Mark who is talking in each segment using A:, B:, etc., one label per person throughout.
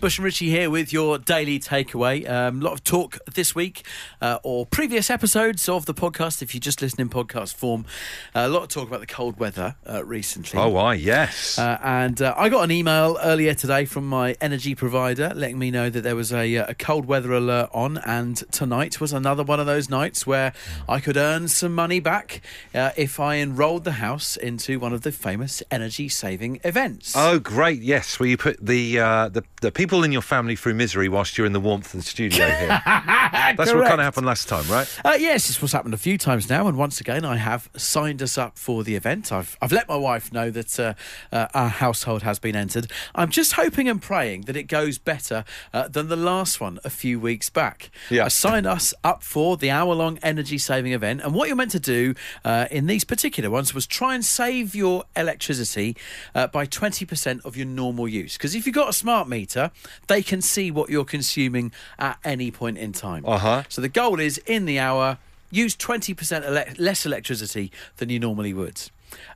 A: Bush and Richie here with your daily takeaway. A um, lot of talk this week uh, or previous episodes of the podcast, if you just listen in podcast form. Uh, a lot of talk about the cold weather uh, recently.
B: Oh, why, yes.
A: Uh, and I got an email earlier today from my energy provider letting me know that there was a, uh, a cold weather alert on, and tonight was another one of those nights where I could earn some money back uh, if I enrolled the house into one of the famous energy saving events.
B: Oh, great, yes, where you put the, uh, the, the people people in your family through misery whilst you're in the warmth of the studio here. That's Correct. what kind of happened last time, right?
A: Uh, yes, it's what's happened a few times now. And once again, I have signed us up for the event. I've, I've let my wife know that uh, uh, our household has been entered. I'm just hoping and praying that it goes better uh, than the last one a few weeks back. Yeah. I signed us up for the hour long energy saving event. And what you're meant to do uh, in these particular ones was try and save your electricity uh, by 20% of your normal use. Because if you've got a smart meter, they can see what you're consuming at any point in time.
B: Uh-huh.
A: So the goal is in the hour, use 20% ele- less electricity than you normally would.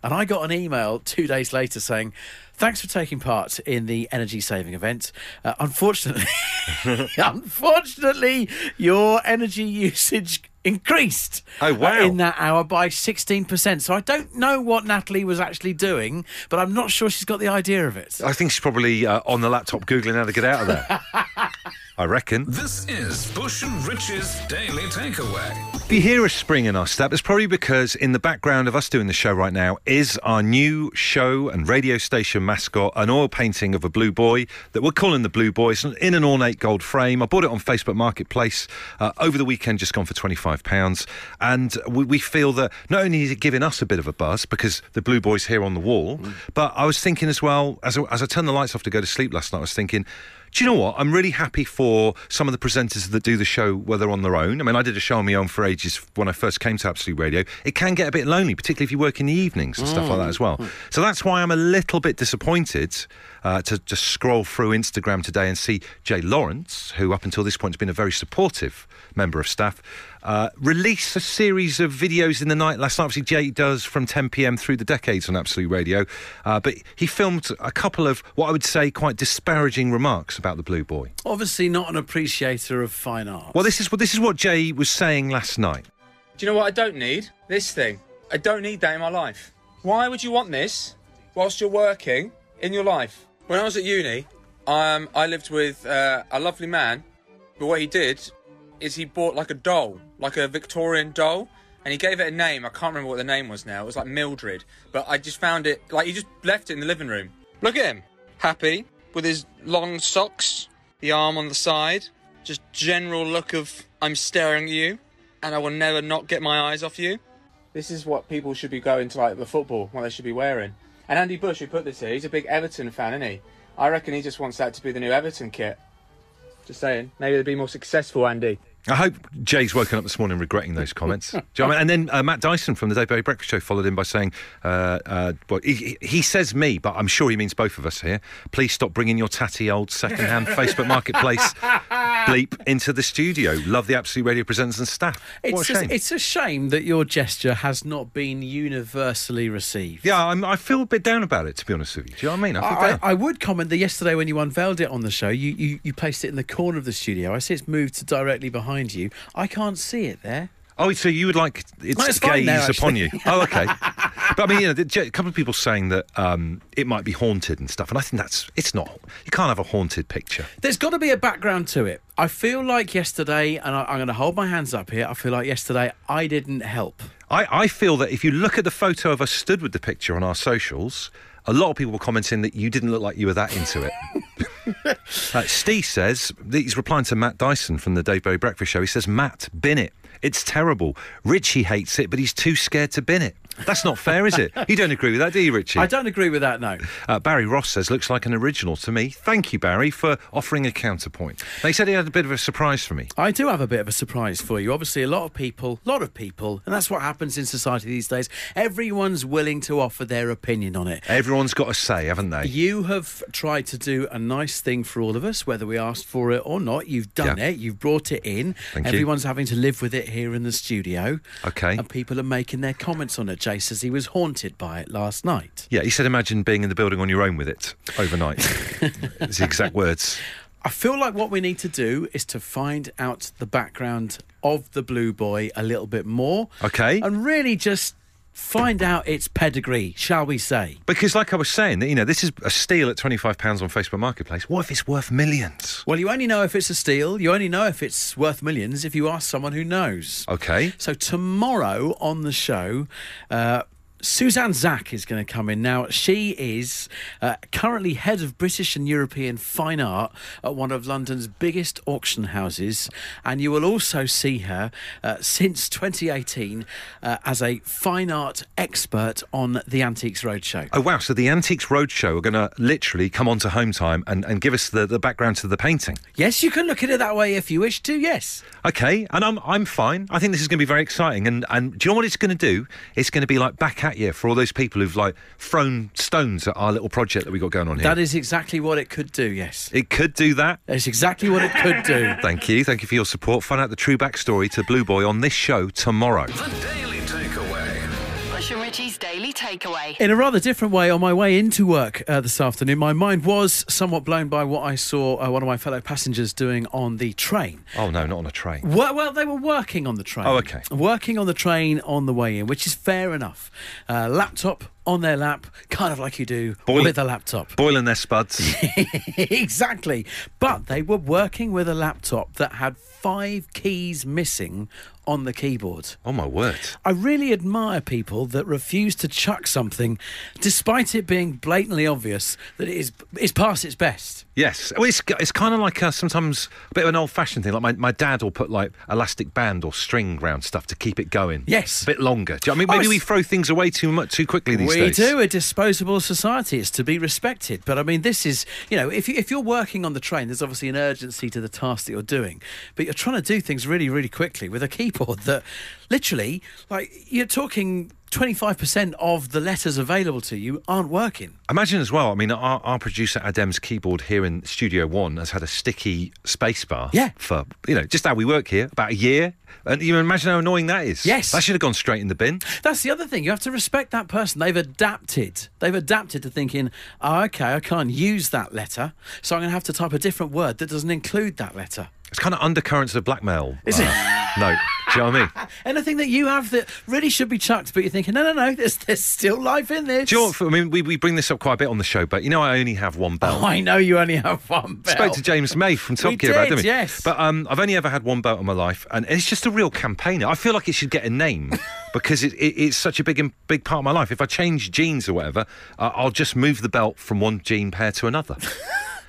A: And I got an email two days later saying, Thanks for taking part in the energy saving event. Uh, unfortunately, unfortunately, your energy usage increased
B: oh, wow.
A: uh, in that hour by 16%. So I don't know what Natalie was actually doing, but I'm not sure she's got the idea of it.
B: I think she's probably uh, on the laptop Googling how to get out of there. I reckon.
C: This is Bush and Rich's Daily Takeaway.
B: If you hear a spring in our step, it's probably because in the background of us doing the show right now is our new show and radio station mascot, an oil painting of a blue boy that we're calling the Blue Boy. It's in an ornate gold frame. I bought it on Facebook Marketplace uh, over the weekend, just gone for £25. And we, we, feel that not only is it giving us a bit of a buzz because the Blue Boy's here on the wall, mm. but I was thinking as well, as I, as I turned the lights off to go to sleep last night, I was thinking, do you know what? I'm really happy for some of the presenters that do the show where they're on their own. I mean, I did a show on my own for ages when I first came to Absolute Radio. It can get a bit lonely, particularly if you work in the evenings and mm. stuff like that as well. So that's why I'm a little bit disappointed uh, to just scroll through Instagram today and see Jay Lawrence, who up until this point has been a very supportive member of staff, uh, release a series of videos in the night last night. Obviously, Jay does from 10 p.m. through the decades on Absolute Radio, uh, but he filmed a couple of what I would say quite disparaging remarks about the Blue Boy.
A: Obviously, not an appreciator of fine art.
B: Well, this is what this is what Jay was saying last night.
D: Do you know what I don't need? This thing. I don't need that in my life. Why would you want this whilst you're working in your life? When I was at uni, um, I lived with uh, a lovely man, but what he did is he bought like a doll, like a Victorian doll, and he gave it a name. I can't remember what the name was now. It was like Mildred, but I just found it like he just left it in the living room. Look at him, happy with his long socks, the arm on the side, just general look of I'm staring at you, and I will never not get my eyes off you. This is what people should be going to like the football, what they should be wearing. And Andy Bush, who put this here, he's a big Everton fan, isn't he? I reckon he just wants that to be the new Everton kit. Just saying, maybe they'd be more successful, Andy.
B: I hope Jay's woken up this morning regretting those comments. you know I mean? And then uh, Matt Dyson from the Dayberry Breakfast Show followed in by saying, uh, uh, well, he, he, says me, but I'm sure he means both of us here. Please stop bringing your tatty old second-hand Facebook Marketplace bleep into the studio. Love the Absolute Radio presenters and staff.
A: It's
B: what a shame.
A: A, it's a shame that your gesture has not been universally received.
B: Yeah, I'm, i feel a bit down about it, to be honest with you. Do you know what I mean?
A: I, I, I would comment that yesterday when you unveiled it on the show, you, you, you placed it in the corner of the studio. I see it's moved to directly behind you. I can't see it there.
B: Oh, so you would like its, no, it's gaze now, upon you? Oh, okay. but I mean, you know, a couple of people saying that um, it might be haunted and stuff, and I think that's it's not. You can't have a haunted picture.
A: There's got to be a background to it. I feel like yesterday, and I, am going to hold my hands up here. I feel like yesterday I didn't help.
B: I, I feel that if you look at the photo of us stood with the picture on our socials, a lot of people were commenting that you didn't look like you were that into it. uh, Steve says, he's replying to Matt Dyson from the Dave Berry Breakfast Show. He says, Matt, bin it. It's terrible. Richie hates it, but he's too scared to bin it. That's not fair, is it? You don't agree with that, do you, Richie?
A: I don't agree with that, no.
B: Uh, Barry Ross says, looks like an original to me. Thank you, Barry, for offering a counterpoint. Now, he said he had a bit of a surprise for me.
A: I do have a bit of a surprise for you. Obviously, a lot of people, a lot of people, and that's what happens in society these days, everyone's willing to offer their opinion on it.
B: Everyone's got a say, haven't they?
A: You have tried to do a nice thing for all of us, whether we asked for it or not. You've done yeah. it, you've brought it in.
B: Thank
A: Everyone's
B: you.
A: having to live with it here in the studio.
B: Okay.
A: And people are making their comments on it. Jay says he was haunted by it last night.
B: Yeah, he said, imagine being in the building on your own with it overnight. it's the exact words.
A: I feel like what we need to do is to find out the background of the blue boy a little bit more.
B: Okay.
A: And really just find out its pedigree, shall we say?
B: Because, like I was saying, that you know, this is a steal at twenty-five pounds on Facebook Marketplace. What if it's worth millions?
A: Well, you only know if it's a steal, you only know if it's worth millions if you ask someone who knows.
B: Okay.
A: So tomorrow on the show, uh, Suzanne Zack is going to come in. Now, she is uh, currently head of British and European fine art at one of London's biggest auction houses. And you will also see her uh, since 2018 uh, as a fine art expert on the Antiques Roadshow.
B: Oh wow! So the Antiques Roadshow are going to literally come on to Home Time and, and give us the, the background to the painting.
A: Yes, you can look at it that way if you wish to, yes.
B: Okay, and I'm I'm fine. I think this is going to be very exciting. And and do you know what it's going to do? It's going to be like back at you for all those people who've like thrown stones at our little project that we got going on here.
A: That is exactly what it could do, yes.
B: it could do that.
A: That's exactly what it could do.
B: Thank you. Thank you for your support. Find out the true backstory to Blue Boy on this show tomorrow.
C: The Daily Takeaway.
E: Bush and Richie's Daily Takeaway.
A: In a rather different way, on my way into work uh, this afternoon, my mind was somewhat blown by what I saw uh, one of my fellow passengers doing on the train.
B: Oh no, not on a train.
A: Well, well, they were working on the train.
B: Oh, okay.
A: Working on the train on the way in, which is fair enough. Uh, laptop on their lap, kind of like you do
B: Boil-
A: with a laptop.
B: Boiling their spuds.
A: exactly. But they were working with a laptop that had five keys missing on the keyboard.
B: oh my word.
A: I really admire people that refuse to chuck something despite it being blatantly obvious that it is is past its best.
B: Yes, well, it's it's kind of like uh sometimes a bit of an old-fashioned thing. Like my, my dad will put like elastic band or string round stuff to keep it going.
A: Yes.
B: a bit longer. Do you know what I
A: Oh,
B: mean, maybe
A: it's-
B: we throw things away too much too quickly these
A: we
B: days.
A: do a disposable society it's to be respected but i mean this is you know if, you, if you're working on the train there's obviously an urgency to the task that you're doing but you're trying to do things really really quickly with a keyboard that literally like you're talking 25% of the letters available to you aren't working
B: Imagine as well. I mean, our, our producer Adem's keyboard here in Studio One has had a sticky space bar.
A: Yeah.
B: for you know just how we work here about a year, and you imagine how annoying that is.
A: Yes.
B: that should have gone straight in the bin.
A: That's the other thing. You have to respect that person. They've adapted. They've adapted to thinking, oh, okay, I can't use that letter, so I'm going to have to type a different word that doesn't include that letter.
B: It's kind of undercurrents of blackmail. Is it? No, do you know what I mean?
A: Anything that you have that really should be chucked, but you're thinking, no, no, no, there's, there's still life in this.
B: Do you know what, I mean, we, we bring this up quite a bit on the show, but you know, I only have one belt.
A: Oh, I know you only have one bell.
B: spoke to James May from Top
A: We
B: Gear about it,
A: did,
B: didn't we?
A: yes.
B: But um, I've only ever had one belt in my life, and it's just a real campaigner. I feel like it should get a name because it, it, it's such a big im- big part of my life. If I change jeans or whatever, uh, I'll just move the belt from one jean pair to another.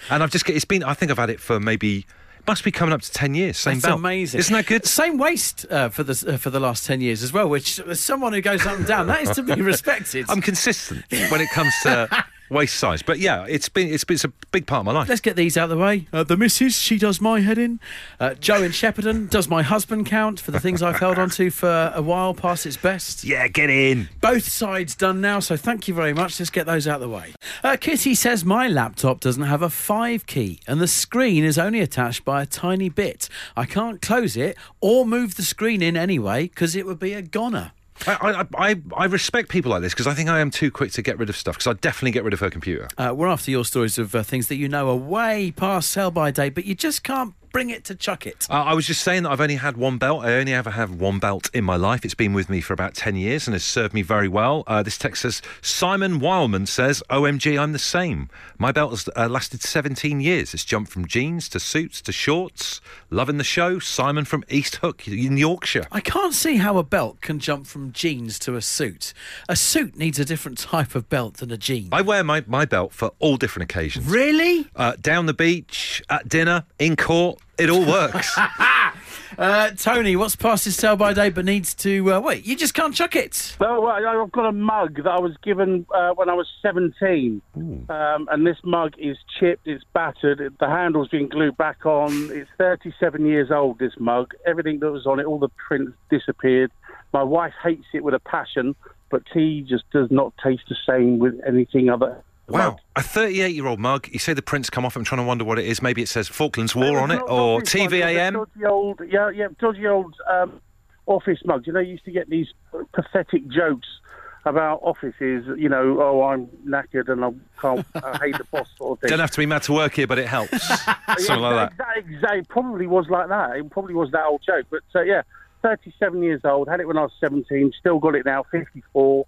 B: and I've just get, it's been I think I've had it for maybe it must be coming up to ten years. Same
A: That's
B: belt,
A: amazing.
B: Isn't that good?
A: Same waist uh, for the uh, for the last ten years as well. Which as someone who goes up and down, that is to be respected.
B: I'm consistent when it comes to waist size, but yeah, it's been it's been it's a big part of my life.
A: Let's get these out of the way. Uh, the missus, she does my head in. Uh, Joe in Shepparton does my husband count for the things I've held on to for a while past its best.
B: Yeah, get in.
A: Both sides done now, so thank you very much. Let's get those out of the way. Uh, Kitty says my laptop doesn't have a 5 key and the screen is only attached by a tiny bit. I can't close it or move the screen in anyway because it would be a goner.
B: I, I, I, I respect people like this because I think I am too quick to get rid of stuff because I definitely get rid of her computer.
A: Uh, we're after your stories of uh, things that you know are way past sell by date, but you just can't bring it to chuck it.
B: Uh, I was just saying that I've only had one belt. I only ever have one belt in my life. It's been with me for about 10 years and has served me very well. Uh, this text says Simon Wildman says, OMG, I'm the same. My belt has uh, lasted 17 years. It's jumped from jeans to suits to shorts. Loving the show. Simon from East Hook in Yorkshire.
A: I can't see how a belt can jump from jeans to a suit. A suit needs a different type of belt than a jean.
B: I wear my, my belt for all different occasions.
A: really?
B: Uh, down the beach, at dinner, in court. It all works.
A: Uh, Tony, what's past his sell by date but needs to. Uh, wait, you just can't chuck it.
F: No, Oh, well, I- I've got a mug that I was given uh, when I was 17. Um, and this mug is chipped, it's battered, it- the handle's been glued back on. It's 37 years old, this mug. Everything that was on it, all the prints disappeared. My wife hates it with a passion, but tea just does not taste the same with anything other.
B: Wow, a 38 year old mug. You say the prints come off. I'm trying to wonder what it is. Maybe it says Falklands War on it
F: Not- not
B: or
F: this one,
B: TVAM.
F: Dodgy old, yeah, yeah, dodgy old um, office mugs. You know, you used to get these pathetic jokes about offices, you know, oh, I'm knackered and I can't, I hate the boss sort of thing.
B: Don't have to be mad to work here, but it helps. Something like that.
F: Exact- exact- it probably was like that. It probably was that old joke. But uh, yeah, 37 years old, had it when I was 17, still got it now, 54,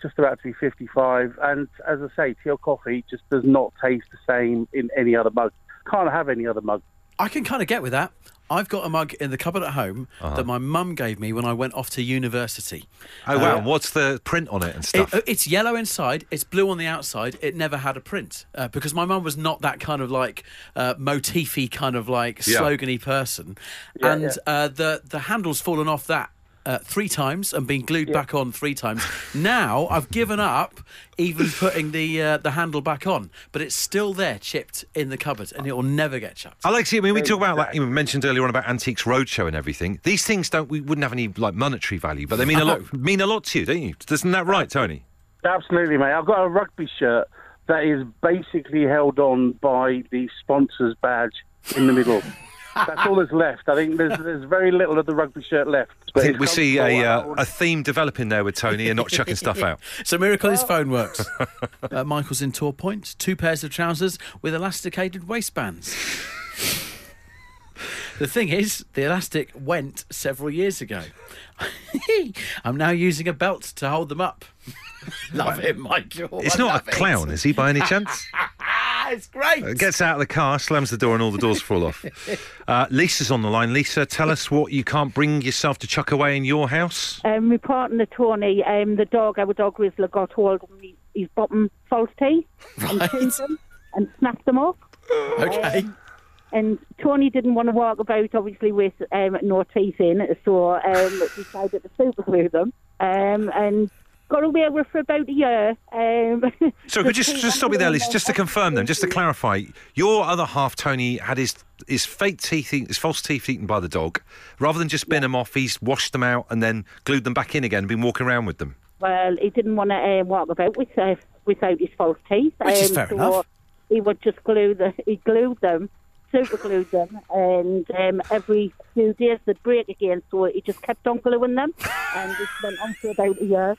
F: just about to be 55. And as I say, teal coffee just does not taste the same in any other mug. Can't have any other mug.
A: I can kind of get with that. I've got a mug in the cupboard at home that my mum gave me when I went off to university.
B: Oh wow! and what's the print on it and
A: It,
B: stuff?
A: uh, it's yellow inside, it's blue on the outside. It never had a print uh, because my mum was not that kind of like uh, motify, kind of like
B: Yeah.
A: slogany person, and Uh, the the handle's fallen off that. Uh, three times and been glued back on three times. now I've given up even putting the uh, the handle back on, but it's still there, chipped in the cupboard, and it will never get chucked.
B: Alexi, I mean, we talk about like you mentioned earlier on about Antiques Roadshow and everything. These things don't we wouldn't have any like monetary value, but they mean a lot mean a lot to you, don't you? Isn't that right, Tony?
F: Absolutely, mate. I've got a rugby shirt that is basically held on by the sponsor's badge in the middle. That's all that's left. I think there's there's very little of the rugby shirt left.
B: I think we see a uh, a theme developing there with Tony and not chucking stuff out.
A: It's a miracle his phone works. uh, Michael's in Tor Point, two pairs of trousers with elasticated waistbands. the thing is, the elastic went several years ago. I'm now using a belt to hold them up. love it, Michael.
B: It's
A: I
B: not
A: love
B: a
A: it.
B: clown, is he, by any chance?
A: Ah, it's great.
B: Gets out of the car, slams the door, and all the doors fall off. Uh, Lisa's on the line. Lisa, tell us what you can't bring yourself to chuck away in your house.
G: Um, my partner Tony, um, the dog, our dog Rizzler, got hold of me, his bottom false teeth and chewed them and snapped them off.
A: okay.
G: And Tony didn't want to walk about, obviously, with um, no teeth in, so um, decided to super glue them um, and got away with it for about a year. Um,
B: So could you just, just stop you there, Lisa,
G: teeth
B: just to
G: on
B: confirm them,
G: everything.
B: just to clarify. Your other half, Tony, had his his fake teeth, eaten, his false teeth eaten by the dog. Rather than just bin them off, he's washed them out and then glued them back in again and been walking around with them.
G: Well, he didn't want to um, walk about with, uh, without his false teeth. Um,
A: Which is fair
G: so
A: enough.
G: He would just glue the he glued them, super glued them, and um, every few days they'd break again. So he just kept on gluing them, and this went on for about a year.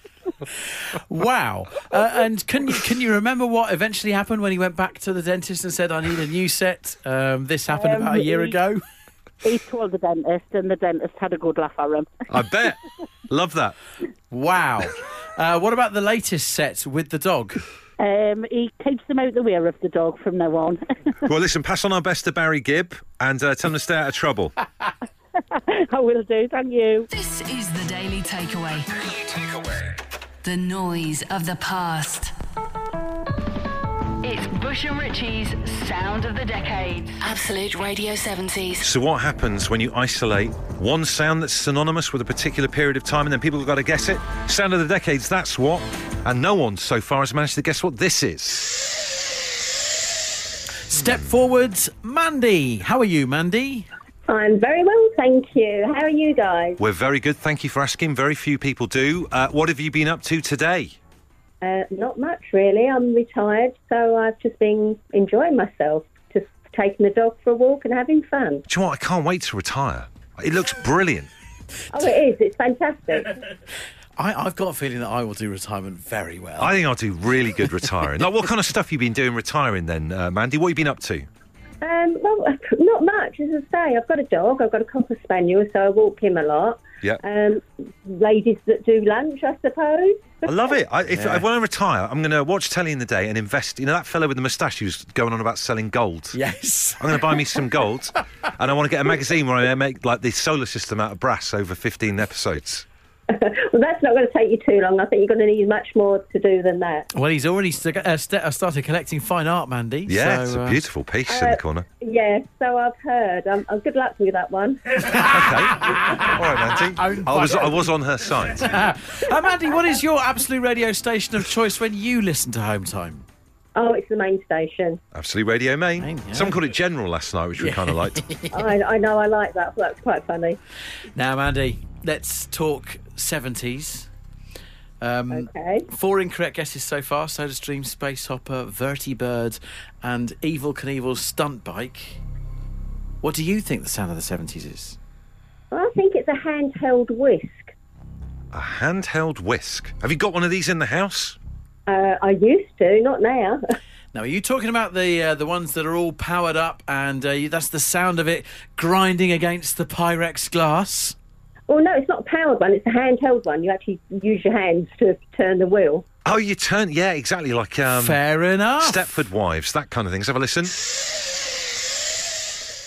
A: Wow. Uh, and can you can you remember what eventually happened when he went back to the dentist and said, "I need a new set"? Um, this happened
G: Um,
A: about a year
G: he-
A: ago.
G: He told the dentist, and the dentist had a good laugh at him.
B: I bet. Love that.
A: Wow. Uh, what about the latest set with the dog?
G: Um, he keeps them out the way of the dog from now on.
B: Well, listen, pass on our best to Barry Gibb and uh, tell him to stay out of trouble.
G: I will do. Thank you.
E: This is the Daily Takeaway.
C: Daily Takeaway.
E: The noise of the past. It's Bush and Ritchie's Sound of the Decade. Absolute Radio 70s.
B: So, what happens when you isolate one sound that's synonymous with a particular period of time and then people have got to guess it? Sound of the decades, that's what. And no one so far has managed to guess what this is.
A: Step forwards, Mandy. How are you, Mandy?
H: I'm very well, thank you. How are you guys?
B: We're very good, thank you for asking. Very few people do. Uh, what have you been up to today?
H: Uh, not much, really. I'm retired, so I've just been enjoying myself, just taking the dog for a walk and having fun.
B: Do you know what? I can't wait to retire. It looks brilliant.
H: Oh, it is. It's fantastic.
A: I, I've got a feeling that I will do retirement very well.
B: I think I'll do really good retiring. Like, what kind of stuff you been doing retiring then, uh, Mandy? What have you been up to?
H: um, well, not much, as I say. I've got a dog. I've got a cocker spaniel, so I walk him a lot.
B: Yeah.
G: Uh,
H: Um, ladies that do lunch, I suppose.
B: I love it. I, if, When I retire, I'm going to watch telly in the day and invest. You know that fellow with the moustache who's going on about selling gold?
A: yes.
B: I'm going to buy me some gold, and I want to get a magazine where I make like the solar system out of brass over 15 episodes.
H: Well, that's not going to take you too long. I think you're going to need much more to do than that.
A: Well, he's already st- uh, st- uh, started collecting fine art, Mandy.
B: Yeah,
A: so,
B: it's a
A: uh,
B: beautiful piece in the corner.
H: Yeah, so I've heard. Um, uh, good luck with that one.
B: Okay, all right, Mandy. I was I was on her side.
A: Uh, Mandy, what is your absolute radio station of choice when you listen to Home Time?
H: Oh, it's the main station.
B: Absolute Radio Main.
A: Main, yeah.
B: Someone called it General last night, which we kind of liked.
H: I, I know, I like that. That's quite funny.
A: Now, Mandy, let's talk 70s. Um,
H: Okay.
A: Four incorrect guesses so far SodaStream, Space Hopper, Vertibird, and Evil Knievel's Stunt Bike. What do you think the sound of the 70s is?
H: Well, I think it's a handheld whisk.
B: a handheld whisk. Have you got one of these in the house?
H: Uh, I used to, not now.
A: Now, are you talking about the uh, the ones that are all powered up and uh, you- that's the sound of it grinding against the Pyrex glass?
H: well, no, it's not a powered one. It's a handheld one. You actually use your hands to turn the wheel.
B: Oh, you turn. Yeah, exactly. Like um,
A: Fair enough.
B: Stepford Wives, that kind of thing. Let's have a listen.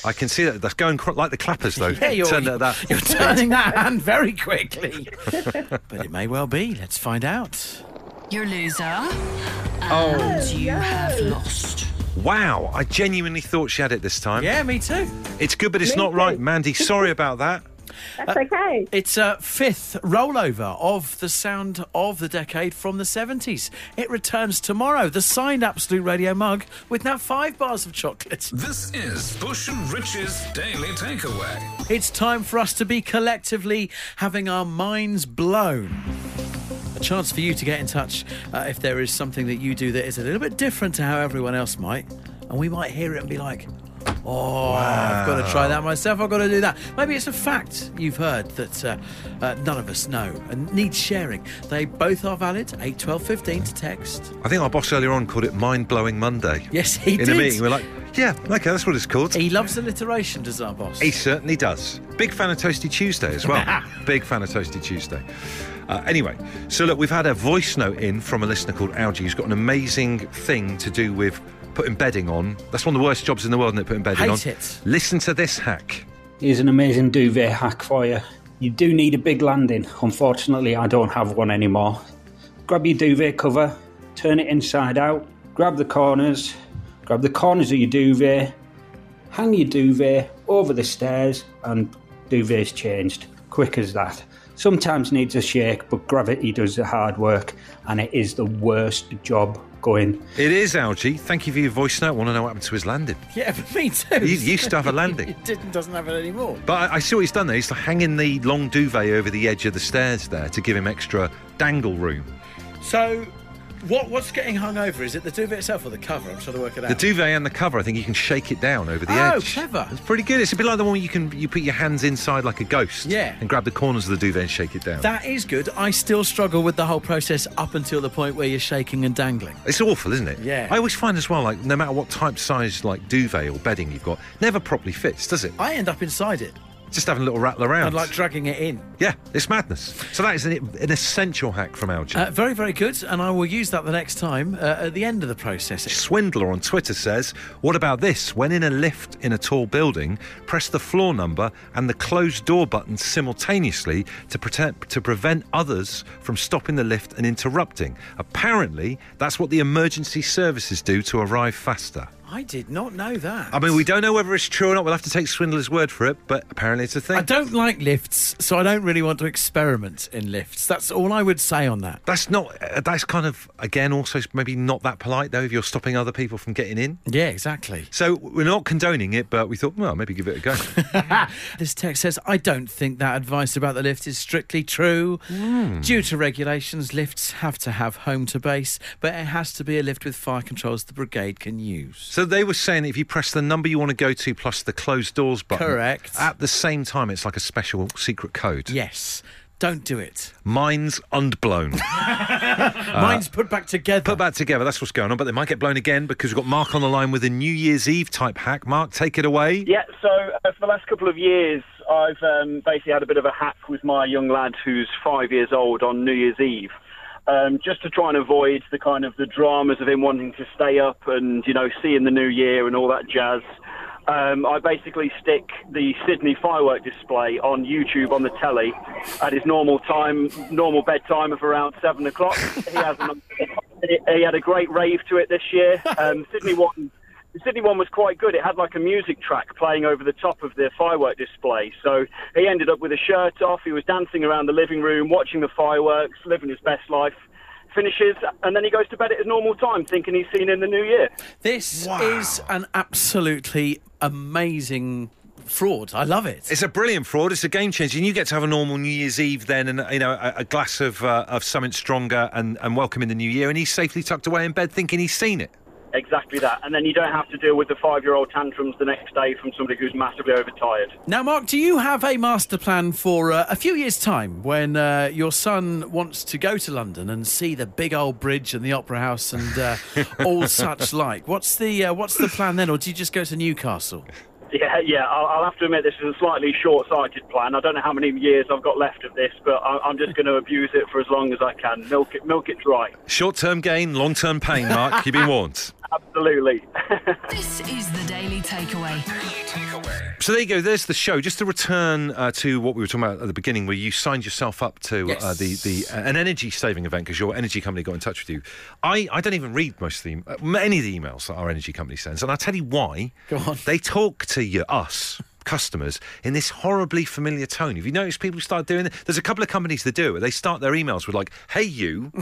B: I can see that that's going cr- like the clappers though.
A: Yeah, you're,
B: Turn that- that.
A: you're turning that hand very quickly. but it may well be. Let's find out.
E: You're a loser. And you have lost.
B: Wow, I genuinely thought she had it this time.
A: Yeah, me too.
B: It's good, but it's not right, Mandy. Sorry about that.
H: That's okay.
A: It's a fifth rollover of the sound of the decade from the 70s. It returns tomorrow. The signed Absolute Radio mug with now five bars of chocolate.
C: This is Bush and Rich's Daily Takeaway.
A: It's time for us to be collectively having our minds blown. A chance for you to get in touch uh, if there is something that you do that is a little bit different to how everyone else might. And we might hear it and be like, oh, I've got to try that myself. I've got to do that. Maybe it's a fact you've heard that uh, uh, none of us know and needs sharing. They both are valid. 8, 12, 15 to text.
B: I think our boss earlier on called it Mind Blowing Monday.
A: Yes, he
B: In
A: did.
B: a meeting, we're like, yeah, okay, that's what it's called.
A: He loves alliteration, does our boss?
B: He certainly does. Big fan of Toasty Tuesday as well. Big fan of Toasty Tuesday. Uh, anyway, so look, we've had a voice note in from a listener called Algie who's got an amazing thing to do with putting bedding on. That's one of the worst jobs in the world, isn't it? Putting bedding
A: Hate
B: on.
A: it.
B: Listen to this hack.
I: Here's an amazing duvet hack for you. You do need a big landing. Unfortunately, I don't have one anymore. Grab your duvet cover, turn it inside out, grab the corners, grab the corners of your duvet, hang your duvet over the stairs, and duvet's changed. Quick as that. Sometimes needs a shake, but gravity does the hard work, and it is the worst job going.
B: It is Algie. Thank you for your voice note. Want to know what happened to his landing?
A: yeah, but me too.
B: He used to have a landing.
A: He didn't, doesn't have it anymore.
B: But I, I see what he's done there. He's hanging the long duvet over the edge of the stairs there to give him extra dangle room.
A: So, what what's getting hung over? Is it the duvet itself or the cover? I'm trying to work it out.
B: The duvet and the cover, I think you can shake it down over the
A: Oh,
B: edge.
A: clever.
B: It's pretty good. It's a bit like the one where you can you put your hands inside like a ghost.
A: Yeah.
B: And grab the corners of the duvet and shake it down.
A: that is good. I still struggle with the whole process up until the point where you're shaking and dangling.
B: it's awful, isn't it?
A: Yeah.
B: I always find as well, like no matter what type, size, like duvet or bedding you've got, never properly fits, does it?
A: I end up inside it
B: Just having a little rattle around.
A: and like dragging it in.
B: yeah, it's madness. So that is an, an essential hack from Algie.
A: Uh, very, very good. And I will use that the next time uh, at the end of the process.
B: Swindler on Twitter says, What about this? When in a lift in a tall building, press the floor number and the closed door button simultaneously to, protect, to prevent others from stopping the lift and interrupting. Apparently, that's what the emergency services do to arrive faster.
A: I did not know that.
B: I mean, we don't know whether it's true or not. We'll have to take Swindler's word for it, but apparently it's a thing.
A: I don't like lifts, so I don't really want to experiment in lifts. That's all I would say on that.
B: That's not, uh, that's kind of, again, also maybe not that polite though, if you're stopping other people from getting in.
A: Yeah, exactly.
B: So we're not condoning it, but we thought, well, maybe give it a go.
A: This text says, I don't think that advice about the lift is strictly true. Due to regulations, lifts have to have home to base, but it has to be a lift with fire controls the brigade can use.
B: So they were saying if you press the number you want to go to plus the closed doors button,
A: Correct.
B: At the same time, it's like a special secret code.
A: Yes, don't do it.
B: Mine's unblown.
A: Mine's put back together.
B: Put that together. That's what's going on. But they might get blown again because we've got Mark on the line with a New Year's Eve type hack. Mark, take it away.
J: Yeah, so uh, for the last couple of years, I've um, basically had a bit of a hack with my young lad who's five years old on New Year's Eve, um, just to try and avoid the kind of the dramas of him wanting to stay up and you know seeing the new year and all that jazz. Um, I basically stick the Sydney firework display on YouTube on the telly at his normal time, normal bedtime of around seven o'clock. he, has an, he had a great rave to it this year. Um, Sydney won the Sydney one was quite good. It had like a music track playing over the top of the firework display. So he ended up with a shirt off. He was dancing around the living room, watching the fireworks, living his best life. Finishes, and then he goes to bed at his normal time, thinking he's seen in the new year.
A: This is an absolutely amazing fraud. I love it.
B: It's a brilliant fraud. It's a game changer, and you get to have a normal New Year's Eve then, and you know a, a glass of uh, of something stronger, and, and welcome in the new year. And he's safely tucked away in bed, thinking he's seen it.
J: Exactly that. And then you don't have to deal with the five year old tantrums the next day from somebody who's massively overtired.
A: Now, Mark, do you have a master plan for uh, a few years' time when uh, your son wants to go to London and see the big old bridge and the Opera House and uh, all such like? What's the uh, what's the plan then, or do you just go to Newcastle?
J: Yeah, yeah. I'll, I'll have to admit this is a slightly short-sighted plan. I don't know how many years I've got left of this, but I, I'm just going to abuse it for as long as I can. Milk it, milk it dry.
B: Short term gain, long term pain, Mark. You've been warned.
J: Absolutely.
E: This is the Daily Takeaway.
B: So there you go. There's the show. Just to return uh, to what we were talking about at the beginning, where you signed yourself up to uh, the the uh, an energy saving event because your energy company got in touch with you. I, I don't even read most of the uh, many of the emails that our energy company sends, and I'll tell you why. Go on. They talk to you, us. Customers in this horribly familiar tone. Have you noticed people start doing it? There's a couple of companies that do it. They start their emails with like, "Hey you."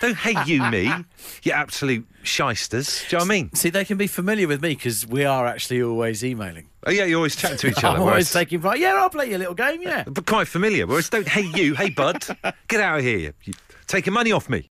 B: Don't hey you me, you absolute shysters. Do you know what I mean?
A: See, they can be familiar with me because we are actually always emailing.
B: Oh yeah, you're always chatting to each other.
A: I'm always
B: whereas-
A: taking part. Yeah, I'll play your little game. Yeah.
B: but quite familiar. Whereas don't hey you, hey bud, get out of here. You, taking money off me.